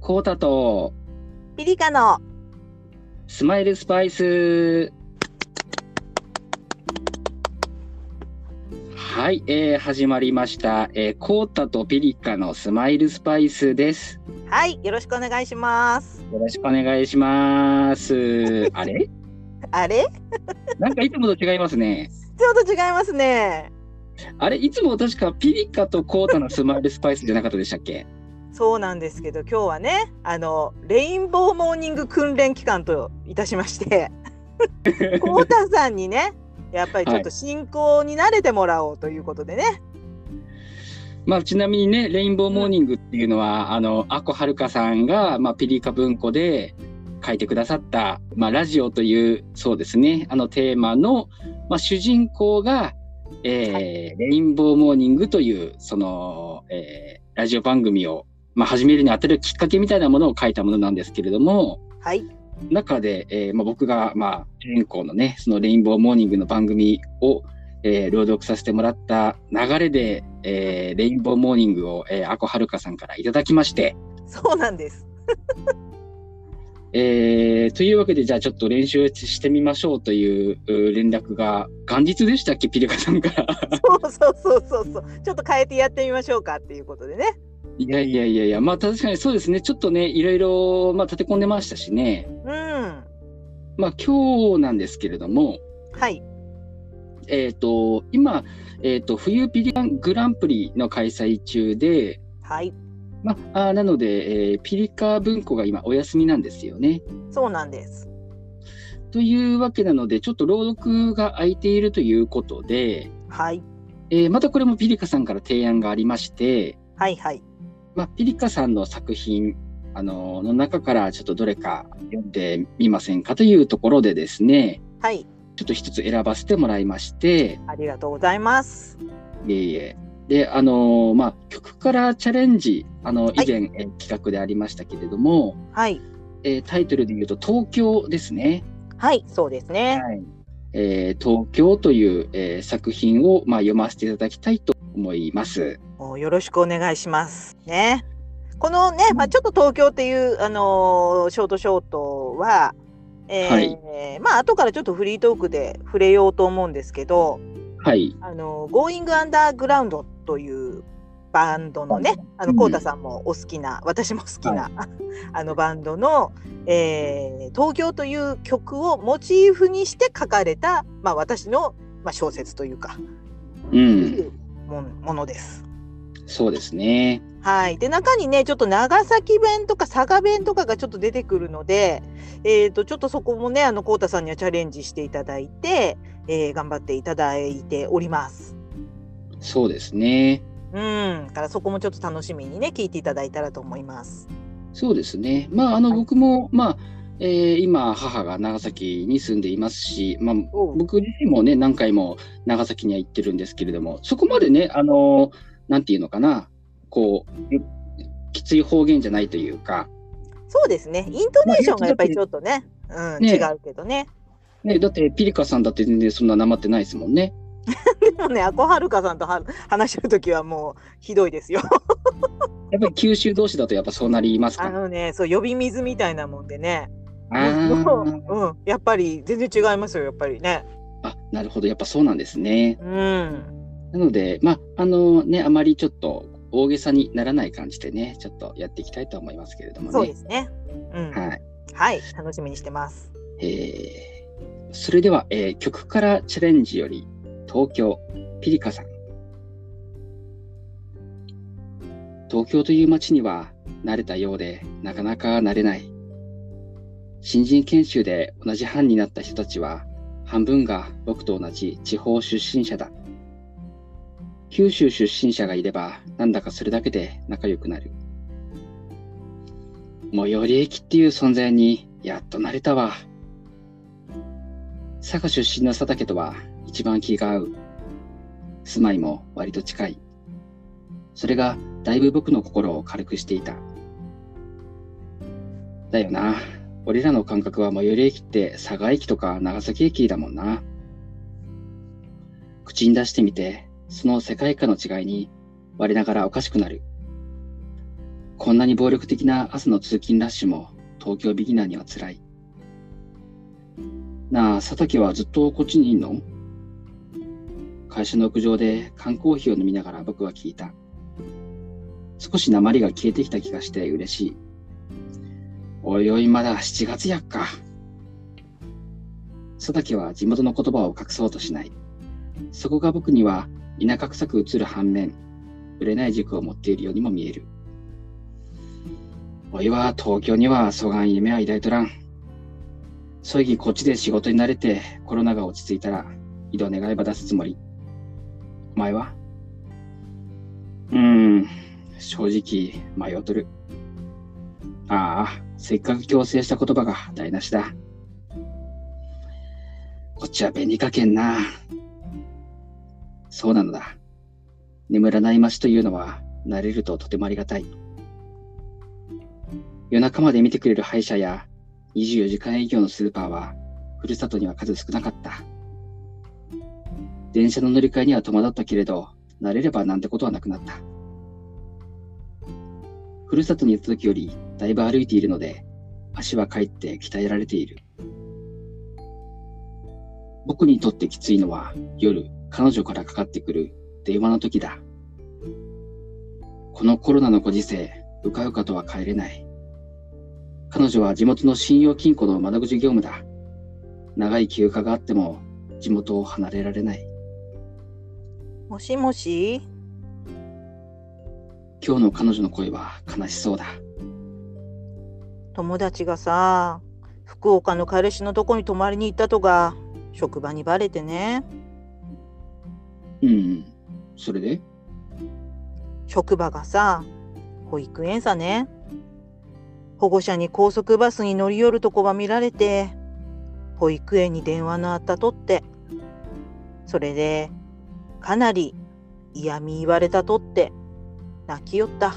コータとピリカのスマイルスパイス。はい、えー、始まりました、えー。コータとピリカのスマイルスパイスです。はいよろしくお願いしますよろしくお願いします。あれあれなんかいつもと違いますね。ちょっと違いますねあれいつも確かピリカとコータのスマイルスパイスじゃなかったでしたっけそうなんですけど今日はねあのレインボーモーニング訓練期間といたしましてコウタさんにねやっぱりちょっと進行に慣れてもらおうということでね、まあ、ちなみにね、レインボーモーニングっていうのは、あの、アコはるかさんが、まあ、ピリカ文庫で書いてくださった、まあ、ラジオという、そうですね、あのテーマの、まあ、主人公が、えーはレインボーモーニングという、その、えーラジオ番組を、まあ、始めるにあたるきっかけみたいなものを書いたものなんですけれども、はい中で、えーまあ、僕が、まあ、主人公のねそのレインボーモーニングの番組を、えー朗読させてもらった流れで、えーレインボーモーニングを、えー、アコはるかさんからいただきまして、そうなんですえーというわけでじゃあちょっと練習してみましょうといううー連絡が元日でしたっけピリカさんから そうそうそうそうそうちょっと変えてやってみましょうかっていうことでねいやいやいやいやまあ確かにそうですねちょっとねいろいろ、まあ、立て込んでましたしねうんまあ今日なんですけれども、はいえっ、と、今、えっ、と、冬ピリカングランプリの開催中で、はいまあ、あなので、えーピリカ文庫が今お休みなんですよね。そうなんですというわけなので、ちょっと朗読が空いているということで、はいえーまたこれもピリカさんから提案がありまして、はいはいまあ、ピリカさんの作品、あのの中からちょっとどれか読んでみませんかというところでですね、はいちょっと一つ選ばせてもらいまして、ありがとうございますいえいえ。で、あのーまあ、曲からチャレンジ、あの、はい以前、え企画でありましたけれども、はいえータイトルで言うと、東京ですね。はいそうですねい。えー東京という、えー作品を、まあ、読ませていただきたいと思います。もうよろしくお願いします。ね。このね、うんまあ、ちょっと東京っていう、あのーショートショートは、えーまあ後からちょっとフリートークで触れようと思うんですけど、はい。あのー、Going Underground というバンドのね、あうのんコウタさんもお好きな、私も好きな、 あのバンドの、えー東京という曲をモチーフにして書かれた、まあ、私の、まあ、小説というか、うん。もんものです。そうですね。はい、で中にねちょっと長崎弁とか佐賀弁とかがちょっと出てくるので、えー、とちょっとそこもねあのこうたさんにはチャレンジしていただいて、えー頑張っていただいております。そうですね。うん、だからそこもちょっと楽しみにね聞いていただいたらと思います。そうですね。まあ、あの、はい僕も、まあ、えー今、母が長崎に住んでいますし、まあ、おう僕自身もね何回も長崎には行ってるんですけれどもそこまでねあのなんていうのかなこうえきつい方言じゃないというか、そうですねイントネーションがやっぱりちょっとね,、うん、ね違うけどね ね、だってピリカさんだって全然そんななまってないですもんね。でもねアコはるかさんとは話してる時はもうひど いですよ。やっぱり九州同士だとやっぱそうなりますかあら。のねそう呼び水みたいなもんでねあもー う、うん、やっぱり全然違いますよやっぱりね。あなるほどやっぱそうなんですね。うんなのでまああのねあまりちょっと大げさにならない感じでねちょっとやっていきたいと思いますけれどもね。そうですね。うん、ははいい、楽しみにしてます。えーそれでは、えー曲からチャレンジより東京ピリカさん東京という街には慣れたようでなかなか慣れない新人研修で同じ班になった人たちは半分が僕と同じ地方出身者だ九州出身者がいればなんだかそれだけで仲良くなる最寄り駅っていう存在にやっと慣れたわ。佐賀出身の佐竹とは一番気が合う。住まいも割と近い。それがだいぶ僕の心を軽くしていた。だよな。俺らの感覚は最寄り駅って佐賀駅とか長崎駅だもんな。口に出してみて、その世界観の違いに我ながらおかしくなる。こんなに暴力的な朝の通勤ラッシュも東京ビギナーには辛い。なあ、佐竹はずっとこっちにいんの会社の屋上で缶コーヒーを飲みながら僕は聞いた。少し鉛が消えてきた気がして嬉しい。おいおい、まだ7月やっか。佐竹は地元の言葉を隠そうとしない。そこが僕には田舎臭く映る反面、売れない塾を持っているようにも見える。おいは東京にはそがん夢は抱いとらん。そいぎこっちで仕事に慣れてコロナが落ち着いたら、井戸願いば出すつもり。お前はうーん、正直迷うとる。ああ、せっかく強制した言葉が台無しだ。こっちは紅かけんな。そうなのだ。眠らない街というのは慣れるととてもありがたい。夜中まで見てくれる歯医者や24時間営業のスーパーは、ふるさとには数少なかった。電車の乗り換えには戸惑ったけれど、慣れればなんてことはなくなった。ふるさとにいた時よりだいぶ歩いているので、足は帰って鍛えられている。僕にとってきついのは夜、彼女からかかってくる電話の時だ。このコロナのご時世、うかうかとは帰れない。彼女は地元の信用金庫の窓口業務だ。長い休暇があっても地元を離れられない。もしもし今日の彼女の声は悲しそうだ。友達がさ、福岡の彼氏のとこに泊まりに行ったとか、職場にバレてね。うん、それで職場がさ、保育園さね。保護者に高速バスに乗り寄るとこば見られて保育園に電話のあったとってそれでかなり嫌み言われたとって泣きよった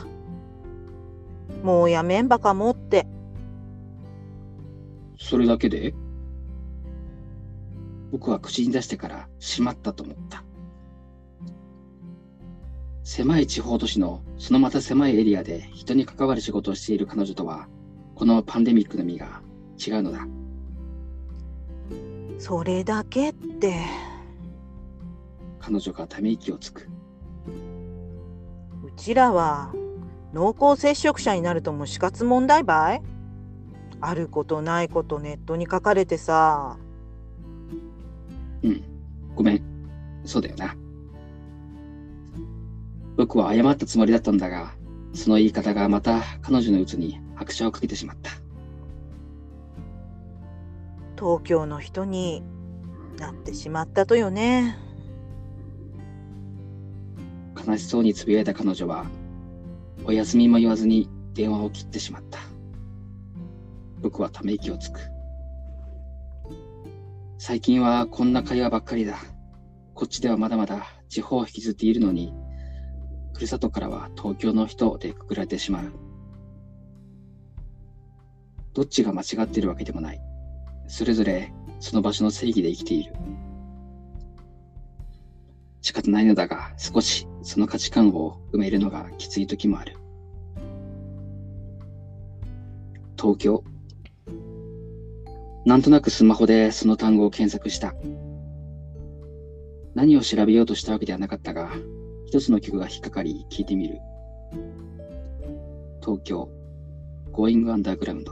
もうやめんばかもってそれだけで僕は口に出してからしまったと思った狭い地方都市のそのまた狭いエリアで人に関わる仕事をしている彼女とはこのパンデミックの実が違うのだそれだけって彼女がため息をつくうちらは濃厚接触者になるとも死活問題ばいあることないことネットに書かれてさうんごめんそうだよな僕は謝ったつもりだったんだが、その言い方がまた彼女の鬱に拍車をかけてしまった。東京の人になってしまったとよね。悲しそうにつぶやいた彼女は、お休みも言わずに電話を切ってしまった。僕はため息をつく。最近はこんな会話ばっかりだ。こっちではまだまだ地方を引きずっているのに、ふるさとからは東京の人でくくられてしまう。どっちが間違っているわけでもない。それぞれその場所の正義で生きている。仕方ないのだが、少しその価値観を埋めるのがきつい時もある。東京。なんとなくスマホでその単語を検索した。何を調べようとしたわけではなかったが、一つの曲が引っかかり聴いてみる。東京、Going Underground。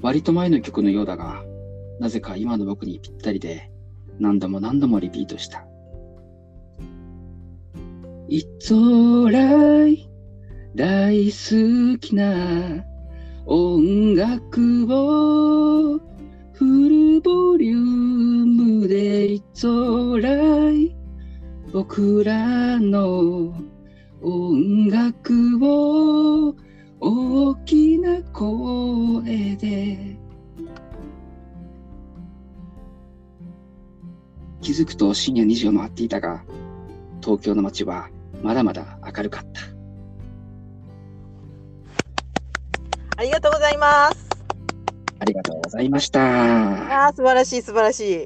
割と前の曲のようだが、なぜか今の僕にぴったりで、何度も何度もリピートした。It's alright 大好きな音楽をフルボリュームで It's alright 僕らの音楽を大きな声で気づくと深夜2時を回っていたが東京の街はまだまだ明るかったありがとうございますありがとうございました。ああ、素晴らしい、素晴らし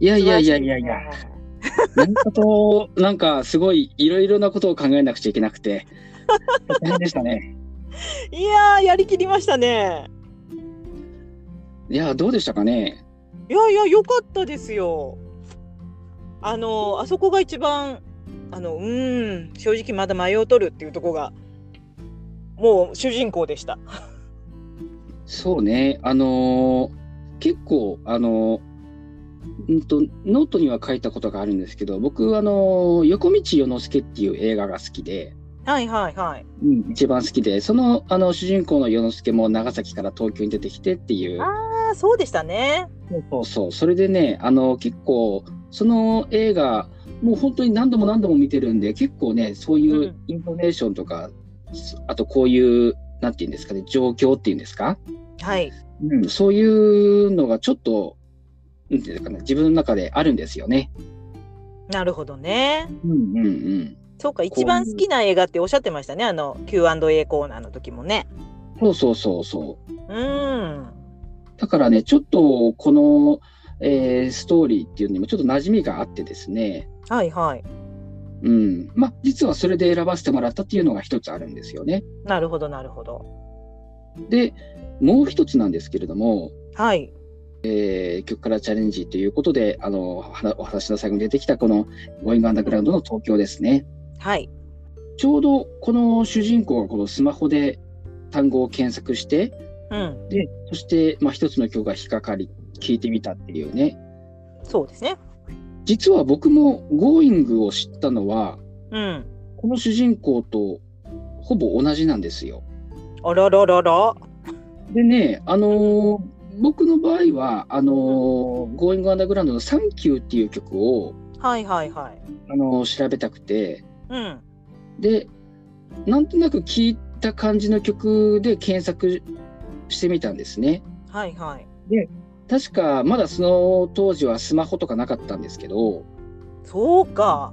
い。いやいやいやいやいや。何かと、なんかすごいいろいろなことを考えなくちゃいけなくて、大変でしたね。いやーやりきりましたねいや、どうでしたかね。いやいや良かったですよあのあそこが一番あのうーん正直まだ迷うとるっていうとこがもう主人公でしたそうね、あのー結構、あのーうんと、ノートには書いたことがあるんですけど、僕、あのー横道世之助っていう映画が好きで、はいはいはいうん、一番好きで、その、あの、主人公の世之助も長崎から東京に出てきてっていう、あーそうでしたねそうそうそう、それでね、あの、結構、その映画、もう本当に何度も何度も見てるんで、結構ね、そういうんうインフォメーションとか、あとこういう、なんていうんですかね、状況っていうんですかはいうん、そういうのがちょっと、なんていうのかな、自分の中であるんですよね。なるほどねうんうんうん。そうこかういう一番好きな映画っておっしゃってましたねあの Q&A コーナーの時もねそうそうそうそう。うーんだからね、ちょっとこの、えーストーリーっていうのにもちょっと馴染みがあってですね、はいはいうん。まあ、実はそれで選ばせてもらったっていうのが一つあるんですよね。なるほどなるほどで、もう一つなんですけれども、はいえー曲からチャレンジということで、あの、はなお話の最後に出てきたこの、ゴイングアンダーグラウンドの東京ですね。はいちょうどこの主人公がこのスマホで単語を検索して、うんで、そして、まあ、一つの曲が引っかかり、聴いてみたっていうね。そうですね実は僕も Going を知ったのは、うんこの主人公とほぼ同じなんですよ。あららららでね、あのー僕の場合は、あのー、Going Underground のサンキューっていう曲を、はいはいはいあのー調べたくて、うんで、なんとなく聴いた感じの曲で検索してみたんですね。はいはい確か、まだその当時はスマホとかなかったんですけど、そうか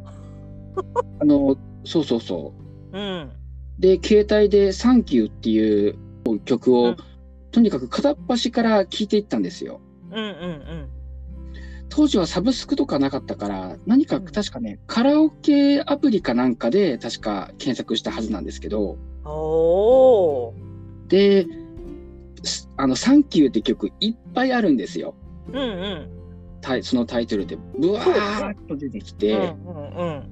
あの、そうそうそう。うんで、携帯でサンキューっていう曲を、うんとにかく片っ端から聴いていったんですよ。うんうん当時はサブスクとかなかったから、何かうん確かね、カラオケアプリかなんかで確か検索したはずなんですけど、うんおーで、すあの、サンキューって曲いっぱいあるんですよ。うんうんタイそのタイトルで、ブワーッと出てきて、うんうんうん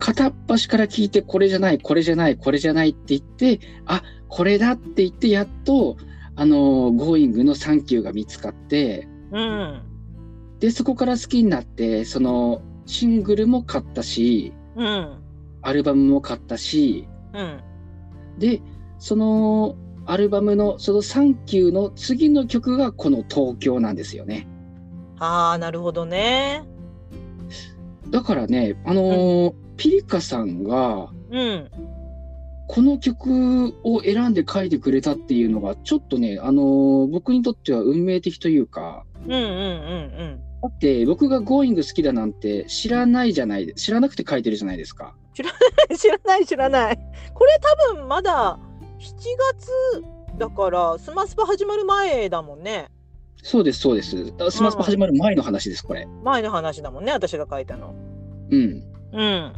片っ端から聞いて、これじゃない、これじゃない、これじゃないって言って、あ、これだって言って、やっと、あの、Going のサンキューが見つかって、うんで、そこから好きになって、その、シングルも買ったし、うんアルバムも買ったし、うんで、その、アルバムの、そのサンキューの次の曲がこの東京なんですよね。ああなるほどねだからね、あのーピリカさんが、うんこの曲を選んで書いてくれたっていうのが、ちょっとね、あのー僕にとっては運命的というか、うんうんうん だって僕が Going 好きだなんて知らないじゃない、知らなくて書いてるじゃないですか。うん知らない知らないこれ多分まだ7月だからスマスパ始まる前だもんねそうです、そうです。あスマスパ始まる前の話です、これ。前の話だもんね私が書いたのうん。うん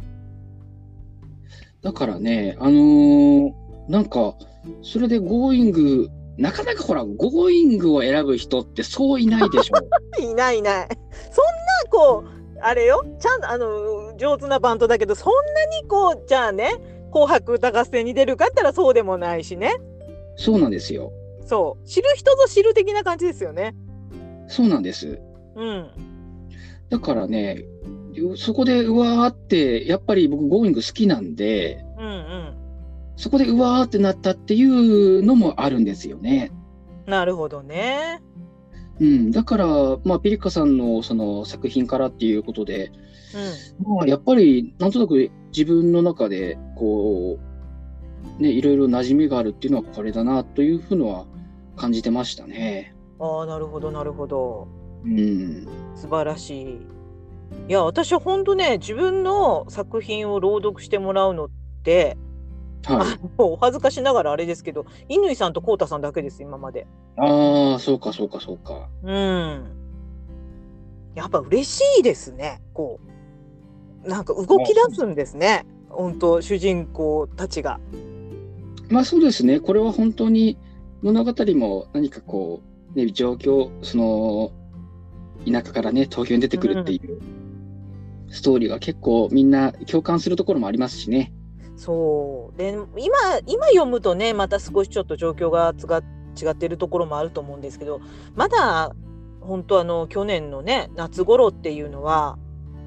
だからね、あのーなんか、それで Going、なかなかほら、Going を選ぶ人ってそういないでしょ。いないいないそんなこうあれよちゃんとあの上手なバンドだけどそんなにこうじゃあね「紅白歌合戦」に出るかって言ったらそうでもないしねそうなんですよ。そう知る人ぞ知る的な感じですよねそうなんです。うんだからね、そこでうわーって、やっぱり僕 Going 好きなんで、うんうんそこでうわーってなったっていうのもあるんですよね。なるほどねうん、だから、まあ、ピリカさんのその作品からっていうことで、うまあ、やっぱりなんとなく自分の中でこう、ね、いろいろ馴染みがあるっていうのはこれだなというふうのは感じてましたね。んああなるほどなるほどうん、素晴らしい。いや私は本当ね自分の作品を朗読してもらうのってはい、もうお恥ずかしながらあれですけど乾さんと浩太さんだけです今まで。ああそうかそうかそうか。うん。やっぱ嬉しいですねこなんか動き出すんですね本当主人公たちが。まあそうですね、これは本当に物語も何かこう、ね、状況、その、田舎からね、東京に出てくるっていうストーリーが結構みんな共感するところもありますしね。そうで今今読むとねまた少しちょっと状況がつが違ってるところもあると思うんですけどまだ本当あの去年のね夏頃っていうのは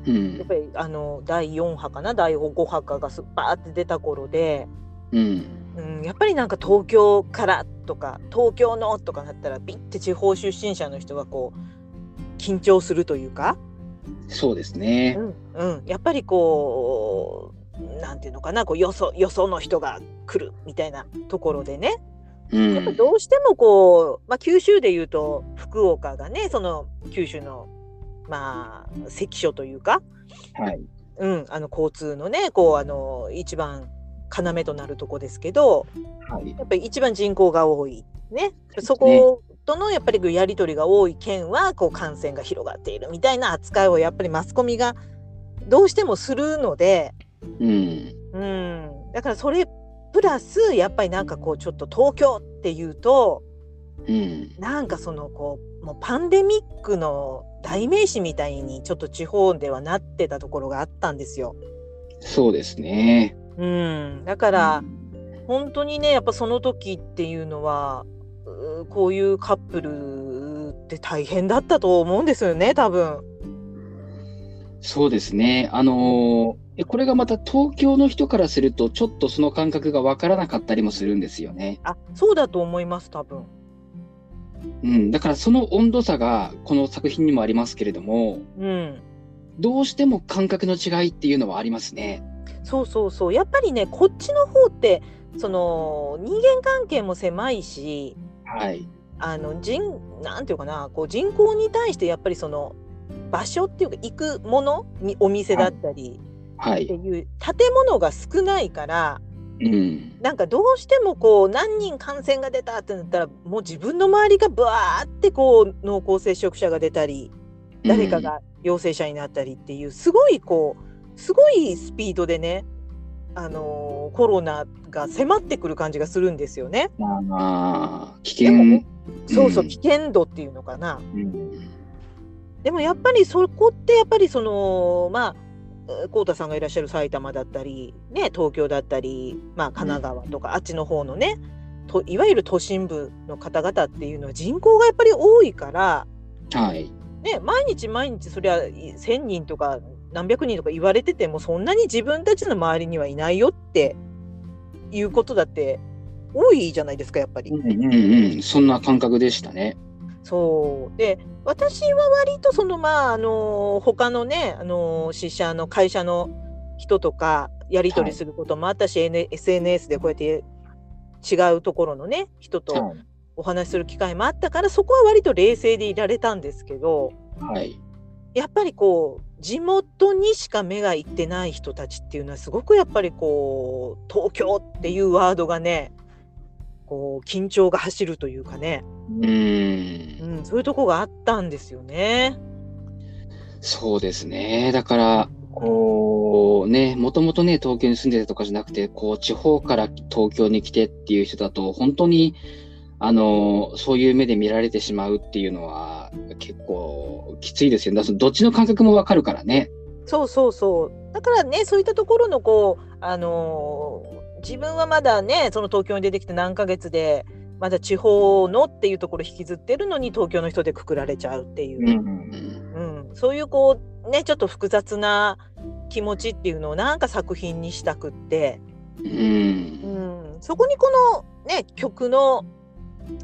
うんやっ。ぱりあの第4波かな第5波かがすバーって出た頃で、うん。うん、やっぱりなんか東京からとか東京のとかなったらビッて地方出身者の人がこう緊張するというか、そうですね。うんやっぱりこうなんていうのかなこうよそよその人が来るみたいなところでねうやっぱん。どうしてもこう、まあ、九州でいうと福岡がねその九州のまあ関所というか、はい。うん、あの交通のねこうあの一番要となるとこですけどはい。やっぱり一番人口が多いねそことのやっぱりやり取りが多い県はこう感染が広がっているみたいな扱いをやっぱりマスコミがどうしてもするので、うん。うん、だからそれプラスやっぱりなんかこうちょっと東京っていうとうん。なんかそのこうもうパンデミックの代名詞みたいにちょっと地方ではなってたところがあったんですよ。そうですね。うん、だから、本当にねやっぱその時っていうのはうーこういうカップルって大変だったと思うんですよね多分。そうですね。あのーえこれがまた東京の人からすると、ちょっとその感覚がわからなかったりもするんですよね。あそうだと思います多分。うん。だからその温度差が、この作品にもありますけれども、うん、どうしても感覚の違いっていうのはありますね。そうそうそうやっぱりねこっちの方ってその人間関係も狭いしはい。あの人なんていうかなこう人口に対してやっぱりその場所っていうか行くものにお店だったりはってい。いう建物が少ないから、うん。なんかどうしてもこう何人感染が出たってなったらもう自分の周りがぶわーってこう濃厚接触者が出たり誰かが陽性者になったりっていうすごいこうすごいスピードでねあのーコロナが迫ってくる感じがするんですよね。まあまあ、危険。でもそうそううん危険度っていうのかな。うんでもやっぱりそこってやっぱりそのまあ浩太さんがいらっしゃる埼玉だったり、ね、東京だったり、まあ、神奈川とか、あっちの方のねといわゆる都心部の方々っていうのは人口がやっぱり多いから、はい。ね、毎日毎日そりゃい1,000人とか何百人とか言われててもそんなに自分たちの周りにはいないよっていうことだって多いじゃないですかやっぱり。うんうんうん、そんな感覚でしたね。そうで私は割とそのまああの他のねあの支社の会社の人とかやり取りすることもあったし、N SNS でこうやって違うところのね人とはいお話しする機会もあったからそこは割と冷静でいられたんですけどはい。やっぱりこう地元にしか目がいってない人たちっていうのはすごくやっぱりこう東京っていうワードがねこう緊張が走るというかね、うー、うんん、そういうとこがあったんですよね。そうですね。だから、こうね、もともとね、東京に住んでたとかじゃなくて、こう、地方から東京に来てっていう人だと、本当に、あの、そういう目で見られてしまうっていうのは、結構きついですよね。だからどっちの感覚もわかるからね。そうそうそう。だからね、そういったところのこう、あのー自分はまだね、その東京に出てきて何ヶ月で、まだ地方のっていうところ引きずってるのに東京の人でくくられちゃうっていうう、ん。うんそういうこうねちょっと複雑な気持ちっていうのをなんか作品にしたくって、う。うんん、そこにこのね曲の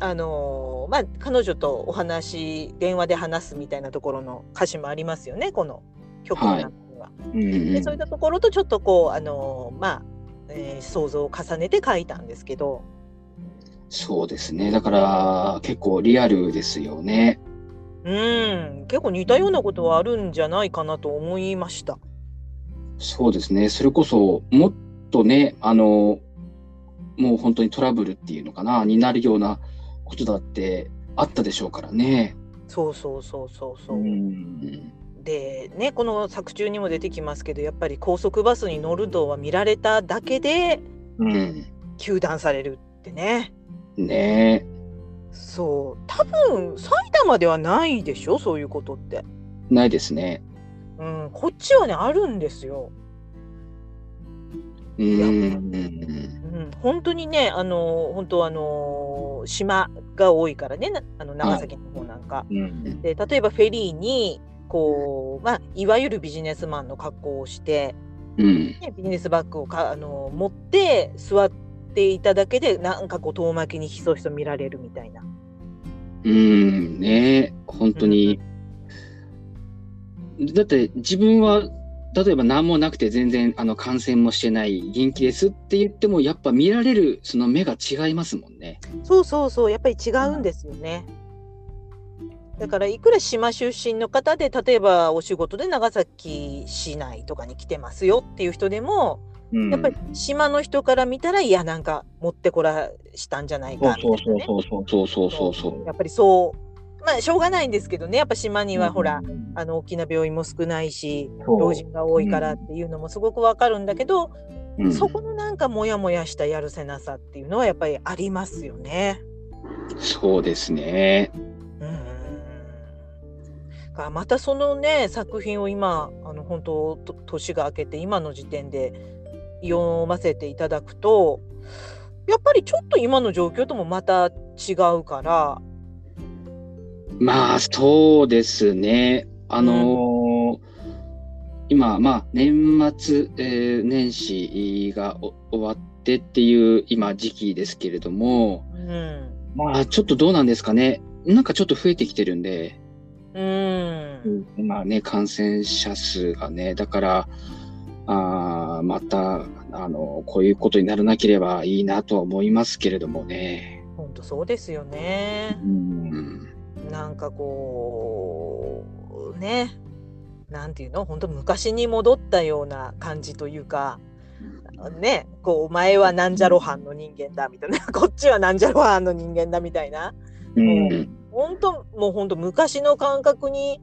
あのーまあ彼女とお話電話で話すみたいなところの歌詞もありますよねこの曲の中には。うんでそういったところとちょっとこうあのまあ、えー想像を重ねて書いたんですけど、そうですね。だから、結構リアルですよね。うん、結構似たようなことはあるんじゃないかなと思いました。そうですね、それこそ、もっとね、あの、もう本当にトラブルっていうのかな、になるようなことだってあったでしょうからね。そうそうそうそうそうう。ん、でねこの作中にも出てきますけどやっぱり高速バスに乗るとは見られただけでうん。糾弾されるってねねそう多分埼玉ではないでしょそういうことって、え。ないですね。うん、こっちはねあるんですよ、うやん。うん、本当にねあの本当あの島が多いからねなあの長崎の方なんか、うんで例えばフェリーにこう、まあ、いわゆるビジネスマンの格好をして、うん。ね、ビジネスバッグをかあの持って座っていただけでなんかこう遠巻きにひそひそ見られるみたいな。うん。ねえ。本当に。だって自分は、例えば何もなくて全然あの感染もしてない元気ですって言ってもやっぱ見られるその目が違いますもんね。そうそうそうやっぱり違うんですよね。だからいくら島出身の方で例えばお仕事で長崎市内とかに来てますよっていう人でもうんやっぱり島の人から見たらいやなんか持ってこらしたんじゃないそうかみたいそうなそうね。そうそう。そうそうそうそう。やっぱりそうまあしょうがないんですけどねやっぱ島にはほら、うんあの大きな病院も少ないしそう老人が多いからっていうのもすごくわかるんだけど、うんそこのなんかモヤモヤしたやるせなさっていうのはやっぱりありますよね。そうですね。うんがまたそのね作品を今あの本当と年が明けて今の時点で読ませていただくとやっぱりちょっと今の状況ともまた違うからまあそうですね。あのー今、まあ、年末、えー年始がお終わってっていう今時期ですけれども、うん、まああ、ちょっとどうなんですかね。なんかちょっと増えてきてるんで、うんまあね、感染者数がね、だから、あーまた、あの、こういうことにならなければいいなとは思いますけれどもね。本当そうですよね。うんうん、なんかこうねなんていうの本当昔に戻ったような感じというかねこうお前はなんじゃろ藩の人間だみたいな こっちはなんじゃろ藩の人間だみたいなうん、本当もう本当昔の感覚に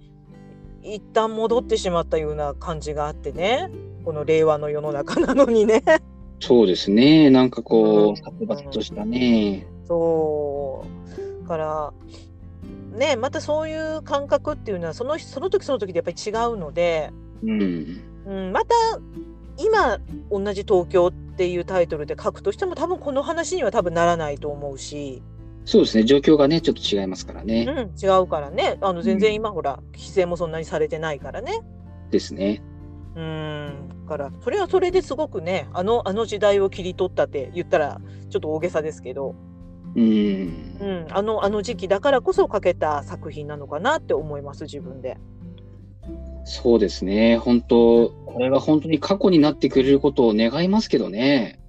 一旦戻ってしまったような感じがあってねこの令和の世の中なのにね そうですね。なんかこう、殺伐としたね。ねそうだからねまたそういう感覚っていうのはそのその時その時でやっぱり違うので。うん、うん、また今同じ東京っていうタイトルで書くとしても多分この話には多分ならないと思うし、そうですね、状況がね、ちょっと違いますからうね。ん、違うからねあの全然今ほら規制もそんなにされてないからねですね。うんだからそれはそれですごくねあのあの時代を切り取ったって言ったらちょっと大げさですけど、う。うんん、あのあの時期だからこそ書けた作品なのかなって思います自分で。そうですね、本当、これが本当に過去になってくれることを願いますけどね。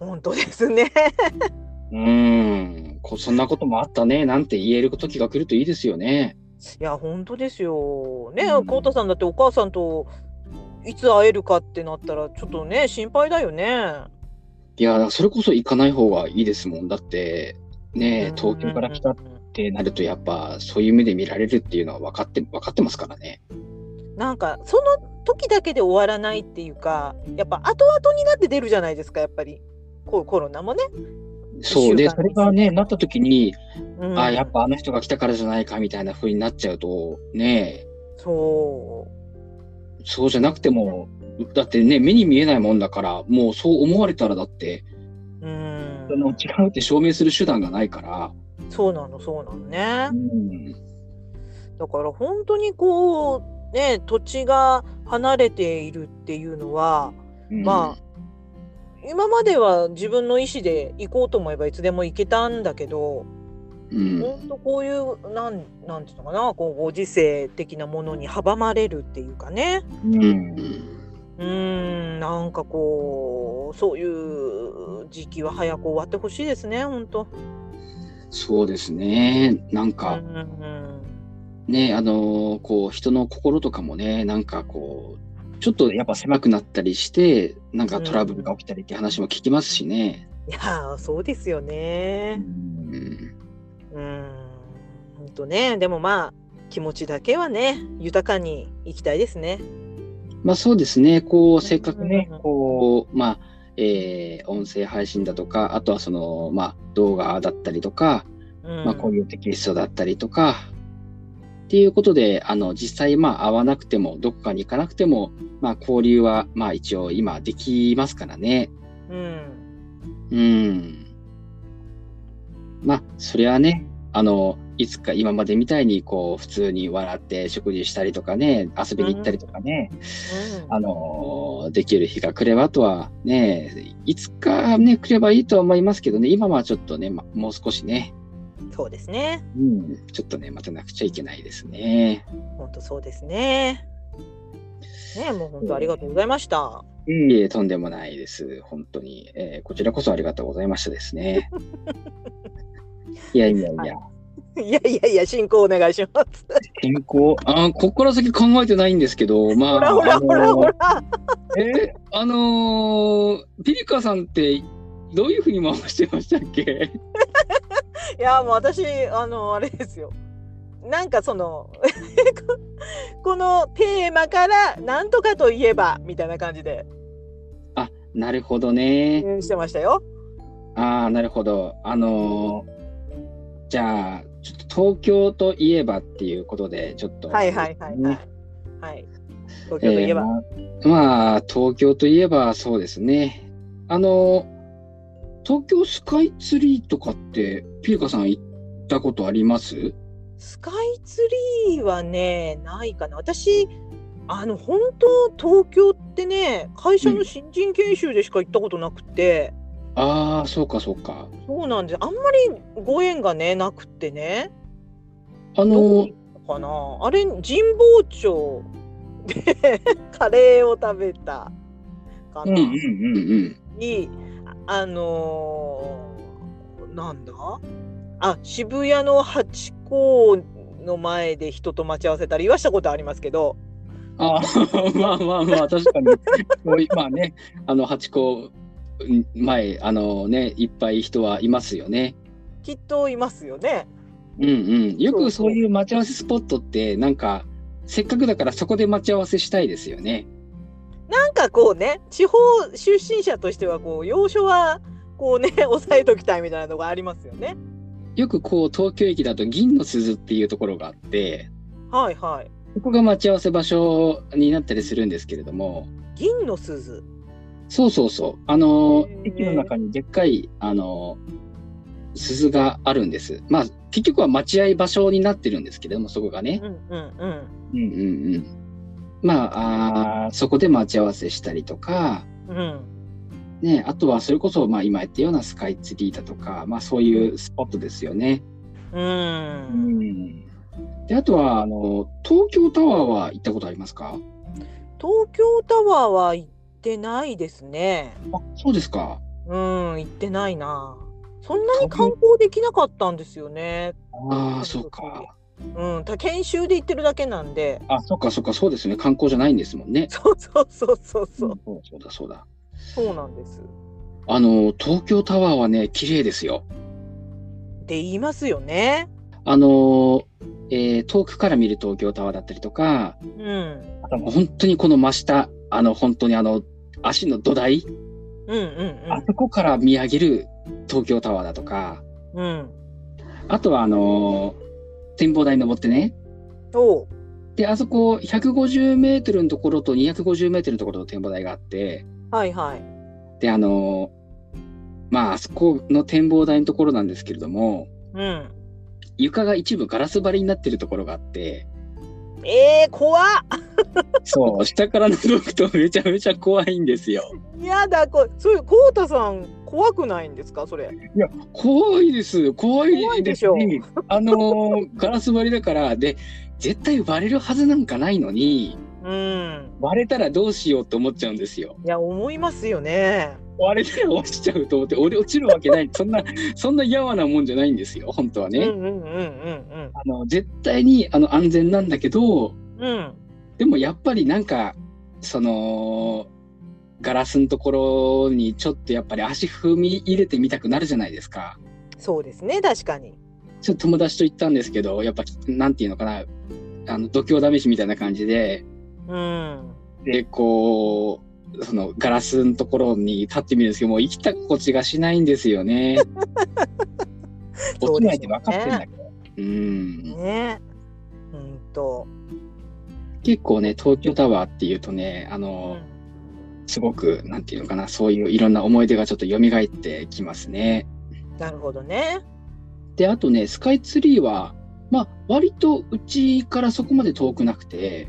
本当ですね。 うん。こそんなこともあったね、なんて言える時が来るといいですよね。いや本当ですよ。ねうんこうたさんだってお母さんといつ会えるかってなったらちょっとね心配だよね。いや、それこそ行かない方がいいですもん。だって、ね、東京から来たっうんてなると、やっぱ、そういう目で見られるっていうのは分かって、分かってますからね。なんかその時だけで終わらないっていうかやっぱ後々になって出るじゃないですかやっぱりこうコロナもね。そう。で、一週間それがね、なった時に、うんあ、やっぱあの人が来たからじゃないか、みたいな風になっちゃうと、ね、そそうじゃなくても、だってね、目に見えないもんだから、もうそう思われたらだって、う。うんその違うって証明する手段がないから、そうなのそうなのね。うん、だから本当にこうね土地が離れているっていうのは。ま今までは自分の意思で行こうと思えばいつでも行けたんだけど、うん、ほんとこういうなんなんていうのかなこうご時世的なものに阻まれるっていうかねうん、うーんなんかこうそういう時期は早く終わってほしいですね本当。そうですね、なんうかんうんね、あのーこう、人の心とかもね、なんかこう、ちょっとやっぱ狭くなったりして、なんかトラブルが起きたりって話も聞きますしね。いやーそうですよね。うん、うーんほんとねでもまあ気持ちだけはね豊かにいきたいですね。まあそうですね、こう、せっかくねうんうんうん、こう、まあ、えー音声配信だとか、あとはその、まあ、動画だったりとか、うんまあ、こういうテキストだったりとか、っていうことで、あの、実際、まあ、会わなくても、どこかに行かなくても、まあ、交流は、まあ、一応、今、できますからね。うんうん。まあ、それはね、あの、いつか今までみたいに、こう、普通に笑って食事したりとかね、遊びに行ったりとかね、うんあのーできる日が来ればとはね、いつかね、来ればいいとは思いますけどね、今はちょっとね、まもう少しね、そうですね。うん、ちょっとね、待たなくちゃいけないですね。本当そうですね。ねもう本当ありがとうございました。いえ、とんでもないです。本当に、えーこちらこそありがとうございましたです ね。いやいやいはいや、いやいやいや進行お願いします。健康、あーここから先考えてないんですけど、まあ、ほらほらほらほら。あのーえーあのーピリカさんって、どういうふうに回してましたっけいやもう私あのあれですよ。なんかその このテーマからなんとかといえばみたいな感じでなるほどね。うんしてましたよ。ああ、なるほど。あのーじゃあ、ちょっと東京といえばっていうことで、ちょっと、はいはいはいはい。はい。東京といえば。えーまあ、まあ東京といえばそうですね。あのー東京スカイツリーとかって、ピリカさん行ったことありますスカイツリーはね、ないかな。私、あの、本当、東京ってね、会社の新人研修でしか行ったことなくて、ああ、そうかそうか。そうなんです。あんまりご縁がね、なくてね。あどこのーに行ったかなあれ、神保町でカレーを食べたかうんな。うんうんうん。に、ああのーなんだあ渋谷のハチ公の前で人と待ち合わせたり言わしたことありますけどああ、 まあまあまあ、確かに。おいまあね、あの、ハチ公うん前、あのね、いっぱい人はいますよね。きっといますよね。うんうん、よそくうそうそういう待ち合わせスポットってなんかせっかくだからそこで待ち合わせしたいですよね。なんかこうね地方出身者としてはこう要所はこうね 押さえときたいみたいなのがありますよね。よくこう東京駅だと銀の鈴っていうところがあってはいはい。ここが待ち合わせ場所になったりするんですけれども銀の鈴。そうそうそうあのへー駅の中にでっかいあの鈴があるんです。まあ結局は待合場所になってるんですけれどもそこがね。うんうんうんうんうんうん、まああーそこで待ち合わせしたりとか。うんね、あとはそれこそ、まあ、今言ったようなスカイツリーだとか、まあ、そういうスポットですよね。うん。であとはあの東京タワーは行ったことありますか東京タワーは行ってないですね。あそうですか。うん、行ってないな。そんなに観光できなかったんですよね。ああそうか。うん、た研修で行ってるだけなんで。 あそうかそうかそうですね観光じゃないんですもんね。そうそうそうそうそうう、んそうそうだそうだ。そうなんです。あの東京タワーはね綺麗ですよ。って言いますよね。あの、えー遠くから見る東京タワーだったりとかうん、あと本当にこの真下あの本当にあの足の土台、うん、うん、あそこから見上げる東京タワーだとか。うん、うん。あとはあのー展望台登ってね。おう、で、あそこ150メートルのところと250メートルのところの展望台があって、はいはい。で、あのーまあ、あそこの展望台のところなんですけれども、うん。床が一部ガラス張りになってるところがあって、えー、怖っ。そう、下から覗くとめちゃめちゃ怖いんですよ。やだ、こ、そういう、こうたさん、怖くないんですか、それ。怖いです、怖怖いいでですししょ、あのーガラス張りだから、で、絶対割れるはずなんかないのに、うん。割れたらどうしようと思っちゃうんですよ。いや、思いますよね。割れたら落ちちゃうと思って俺落ちるわけないそんなそんなやわなもんじゃないんですよ本当はうん、ね、うん、うん、うん、あの絶対にあの安全なんだけどうん。うん。でもやっぱりなんかそのガラスのところにちょっとやっぱり足踏み入れてみたくなるじゃないですかそうですね、確かに。ちょっと友達と行ったんですけど、やっぱ、なんていうのかな、あの、度胸試しみたいな感じで、うん。で、こう、そのガラスのところに立ってみるんですけど、もう生きた心地がしないんですよ ね。そ落うちですよねないで分かってんだけど。うん。ね。うんと。結構ね、東京タワーっていうとね、あうの、んすごく、なんていうのかな、そういういろんな思い出がちょっと蘇ってきますね。なるほどね。で、あとね、スカイツリーは、まあ、割とうちからそこまで遠くなくて、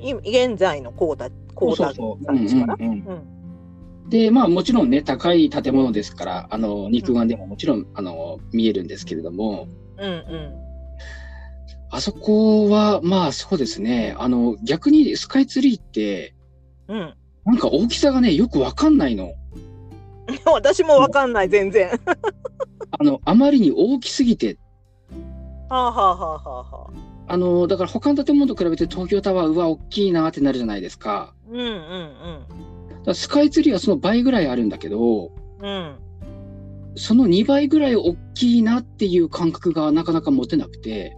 い現在のこうだ、こうだそうそう、感じかな。うんうんうんうん。で、まあもちろんね、高い建物ですから、あの、肉眼でももちろん、あの、見えるんですけれども、うんうあそこは、まあそうですね、あの、逆にスカイツリーって、ん。うん。 なんか大きさがね、よくわかんないの。私もわかんない、全然。 はあの、あまりに大きすぎて、あはあはあはあはあ。あの、だから他の建物と比べて東京タワーは大きいなってなるじゃないですか。うんうんだからスカイツリーはその倍ぐらいあるんだけど、うん。うん。その2倍ぐらい大きいなっていう感覚がなかなか持てなくて、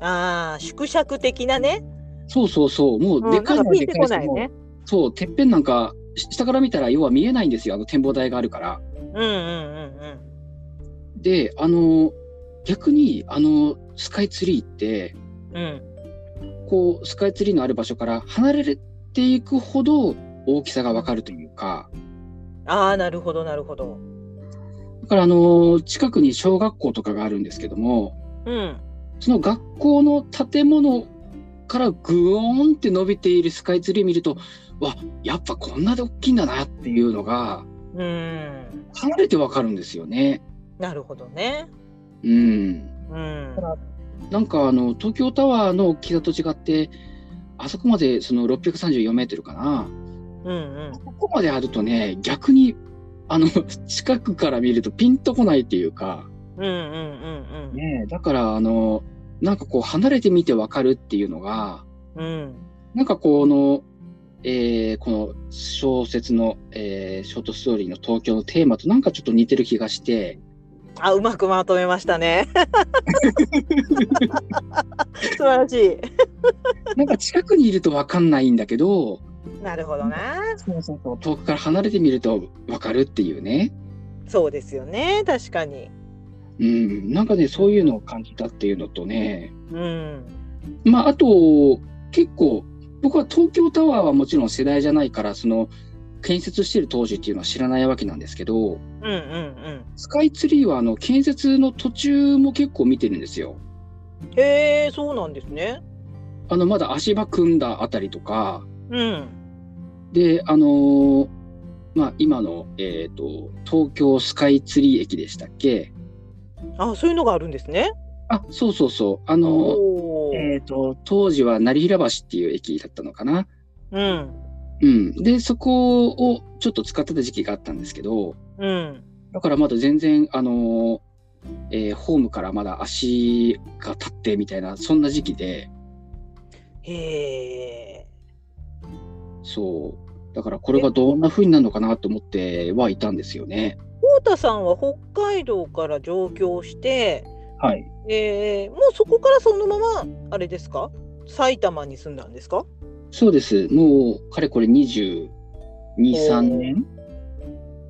ああ、縮尺的なね。そうそうそう、もう、うんでなんかいかのはピでンてかいこしないもうね。そう、てっぺんなんか、し下から見たら要は見えないんですよ、あの展望台があるから。うんうんうんで、あの、逆に、あの、スカイツリーって、うん。うん。こう、スカイツリーのある場所から離れていくほど大きさがわかるというか、ああ、なるほどなるほど。だから、あの、近くに小学校とかがあるんですけども、うん。その学校の建物からぐおーんって伸びているスカイツリー見ると、わ、やっぱこんなで大きいんだなっていうのが、うん。離れてわかるんですよね。なるほどね。うん。うん。なんかあの東京タワーの大きさと違って、あそこまでその634メートルかな、うんうん。ここまであるとね、逆にあの 近くから見るとピンとこないっていうか、うんうんうんうん。ねえ、だからあのなんかこう離れてみてわかるっていうのが、うん。なんかこの、えーこの小説の、えーショートストーリーの東京のテーマとなんかちょっと似てる気がして、あ、うまくまとめましたね。 素晴らしなんか近くにいるとわかんないんだけ ど、い。なるほどな。遠くから離れてみるとわかるっていうね。そうですよね。確かに。うん、なんかね、そういうのを感じたっていうのとね、うん。まあ、あと、結構、僕は東京タワーはもちろん世代じゃないから、その、建設してる当時っていうのは知らないわけなんですけど、うんうんスカイツリーは、あの、建設の途中も結構見てるんですよ。うん。へえ、そうなんですね。あの、まだ足場組んだあたりとか、うん。で、あのーまあ、今の、えっ、と、東京スカイツリー駅でしたっけあ、そういうのがあるんですね。あ、そうそうそう、あのおお。えっ、と、当時は成平橋っていう駅だったのかなうん。うん、でそこをちょっと使ってた時期があったんですけどうん。だからまだ全然あのー、えーホームからまだ足が立ってみたいなそんな時期でへえ。そうだからこれがどんな風になるのかなと思ってはいたんですよね。コウタさんは北海道から上京して、はい、えー、もうそこからそのままあれですか？埼玉に住んだんですか？そうですもうかれこれ223年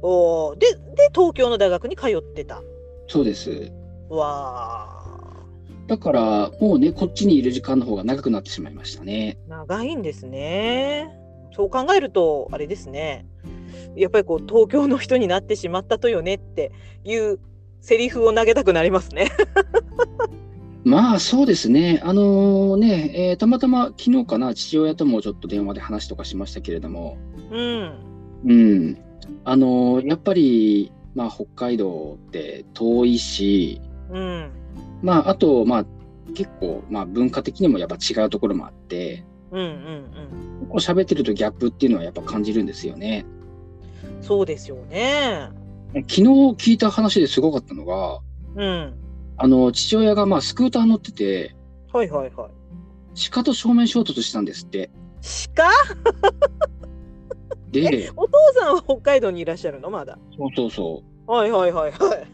おお。でで東京の大学に通ってた。そうですわだからもうねこっちにいる時間の方が長くなってしまいましたね。あ。長いんですね。そう考えるとあれですね。やっぱりこう東京の人になってしまったとよねっていうセリフを投げたくなりますね。 まあそうですね、あのね、えーたまたま昨日かな、父親ともちょっと電話で話とかしましたけれども、うん。うん、あのやっぱり、まあ、北海道って遠いし、うん。まあ、あと、まあ、結構、まあ、文化的にもやっぱ違うところもあって、うんうんうん。こう喋ってるとギャップっていうのはやっぱ感じるんですよね。そうですよね。昨日聞いた話ですごかったのが、うん。あの父親がまあスクーター乗ってて、はいはいはい。鹿と正面衝突したんですって。鹿で、お父さんは北海道にいらっしゃるのまだそうそうそう。はいはいはいはい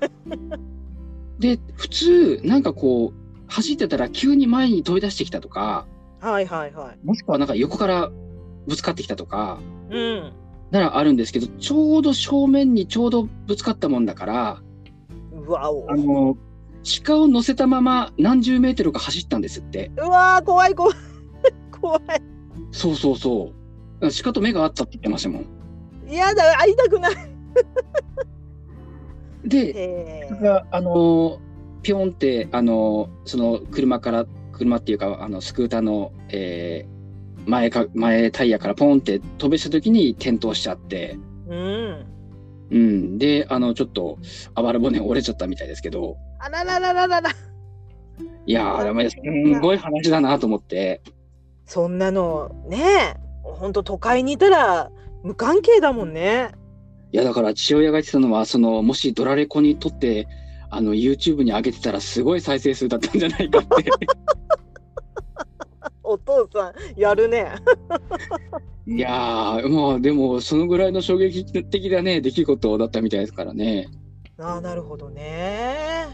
で、普通、なんかこう、走ってたら急に前に飛び出してきたとか、はいはいはい。もしくはなんか横からぶつかってきたとか、うん。ならあるんですけど、ちょうど正面にちょうどぶつかったもんだから、うわお。あの、鹿を乗せたまま何十メートルか走ったんですって。うわー怖い怖い怖い。そうそうそう。鹿と目が合ったって言ってましたもん。嫌だ会いたくない。で、へ僕があの、ピョンって、あの、その車から、車っていうか、あの、スクーターの、えー前か、前タイヤからポンって飛びした時に転倒しちゃって、ーうん。うん。で、あの、ちょっと、あばら骨 折れちゃったみたいですけど、あらららららら。いやー、ダメです。すごい話だなと思って。そんなのねえ、本当都会にいたら無関係だもんね。いやだから父親が言ってたのはそのもしドラレコに撮ってあの YouTube に上げてたらすごい再生数だったんじゃないかってお父さんやるね。いやーまあでもそのぐらいの衝撃的なね出来事だったみたいですからねああなるほどね。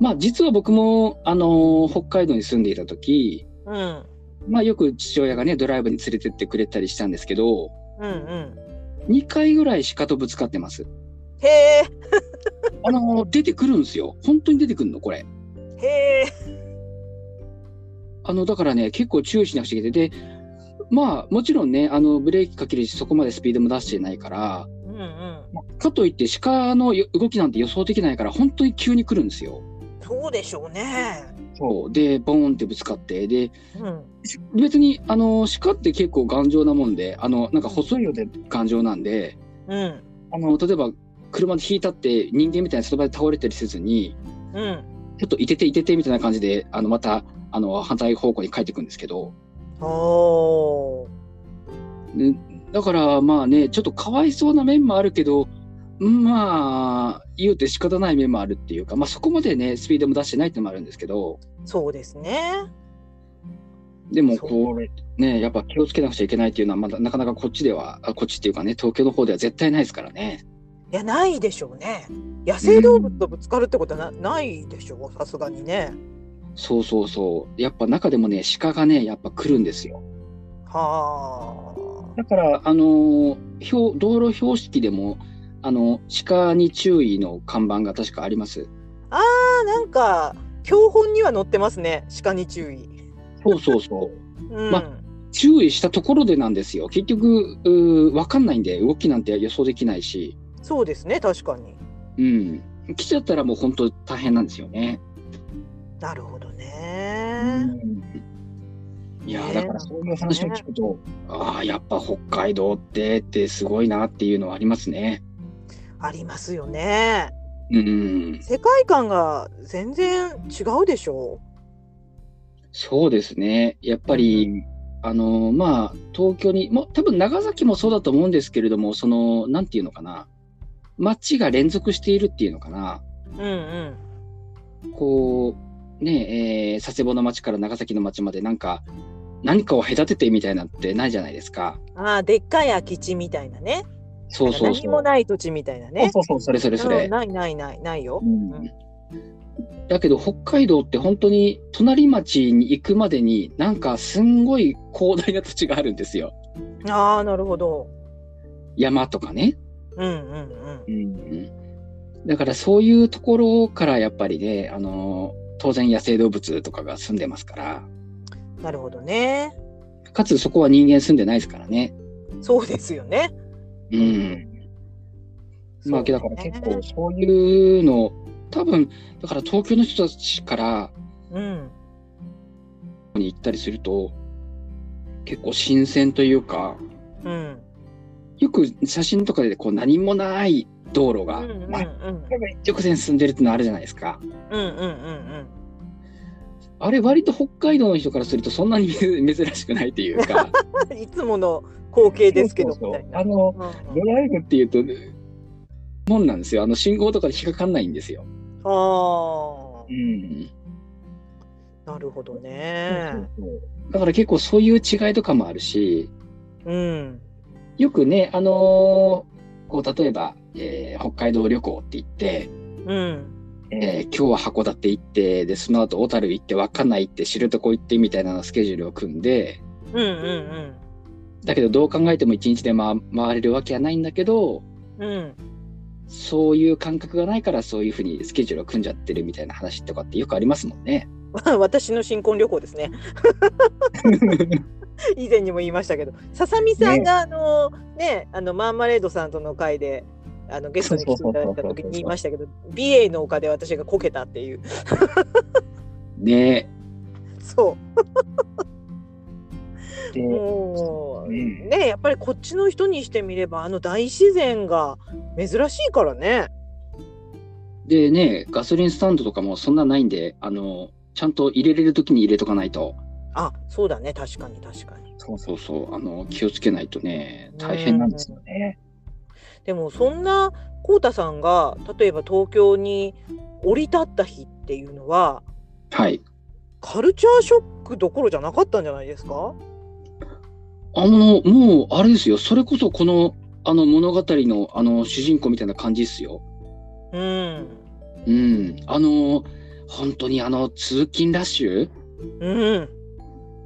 まあ実は僕もあのー北海道に住んでいた時うんまあよく父親がねドライブに連れてってくれたりしたんですけどうんうん。 2回ぐらい鹿とぶつかってますへえあのー出てくるんですよ本当に出てくるのこれへえ。あの、だからね、結構注意しなくちゃいけない。で、まあ、もちろんね、あの、ブレーキかけるし、そこまでスピードも出してないから、うんうん。かといって鹿のよ動きなんて予想できないから、本当に急に来るんですよ。そうでしょうね。そう。で、ボーンってぶつかって、で、うんし別に、あの、鹿って結構頑丈なもんで、あの、なんか細いようで頑丈なんで、うんあの、例えば、車で引いたって人間みたいにその場で倒れたりせずに、うん。ちょっといてていててみたいな感じで、あの、また、あの、反対方向に帰っていくんですけど、おーねだからまあねちょっとかわいそうな面もあるけどまあ言うて仕方ない面もあるっていうか、まあ、そこまでねスピードも出してないってのもあるんですけどそうですね。でもそうこれねやっぱ気をつけなくちゃいけないっていうのはまだなかなかこっちではあこっちっていうかね東京の方では絶対ないですからねいやないでしょうね。野生動物とぶつかるってことはな,、ないでしょうさすがにね。そうそうそうやっぱ中でもね鹿がねやっぱ来るんですよはだからあのー標道路標識でもあの鹿に注意の看板が確かありますあ。あーなんか教本には載ってますね鹿に注意。そうそう そううん。ま注意したところでなんですよ。結局、うーわかんないんで、動きなんて予想できないし、そうですね確かに。うん。来ちゃったらもう本当大変なんですよね。なるほどうね。ん、いやー、ねだからそういう話を聞くと、ああ、やっぱ北海道ってってすごいなっていうのはありますね。ありますよね。うん。世界観が全然違うでしょそうですね。やっぱり、あのーまあ、東京に、もう多分長崎もそうだと思うんですけれども、その、なんていうのかな。街が連続しているっていうのかな。う。うんうん。こう、ねえー佐世保の町から長崎の町までなんか、何かを隔ててみたいなんてないじゃないですか。ああでっかい空き地みたいなね。そうそう何そもう。ない土地みたいなね。そうそうそう、それそれそうんれ。ないないないないよう。んだけど、北海道って本当に、隣町に行くまでに、なんかすんごい広大な土地があるんですよ。ああなるほど。山とかね。うんうんうん。だからそういうところからやっぱりね、あのー当然野生動物とかが住んでますから、なるほどね。かつそこは人間住んでないですからね。そうですよね。うん。まあ、そうだから結構そういうの、多分だから東京の人たちからうん。に行ったりすると、結構新鮮というか、うん。よく写真とかでこう何もない道路うが、んうんまあうん。なんか一直線進んでるってのあるじゃないですか。うんうんうんあれ、割と北海道の人からすると、そんなに 珍しくないっていうか。うん。いつもの光景ですけどみそうそたういそうな。あの、うんドライブっていうと、もんなんですよ。あの、信号とかで引っかかんないんですよ。あん。あ、なるほどね。だから結構そういう違いとかもあるし、うん。よくね、あのーこう例えば、えー北海道旅行って言って、うん。えー今日は函館行って、で、その後小樽行って、稚内行って、知床行ってみたいなスケジュールを組んで、うんうんだけどどう考えても一日で、ま、回れるわけはないんだけど、うんうんそういう感覚がないからそういうふうにスケジュールを組んじゃってるみたいな話とかってよくありますもん ね。私の新婚旅行ですね以前にも言いましたけどささみさんがあのねあのマーマレードさんとの会であのゲストに来ていただいた時に言いましたけど美瑛の丘で私がこけたっていうねそえ。うでもううんねやっぱりこっちの人にしてみればあの大自然が珍しいからねでねガソリンスタンドとかもそんなないんであのちゃんと入れれる時に入れとかないとあそうだね確かに確かにそうそうそうあの気をつけないとね大変なんですよね。でもそんなこうたさんが例えば東京に降り立った日っていうのははい。カルチャーショックどころじゃなかったんじゃないですかあのもうあれですよそれこそこのあの物語のあの主人公みたいな感じですよ。うんうん。あの本当にあの通勤ラッシュうん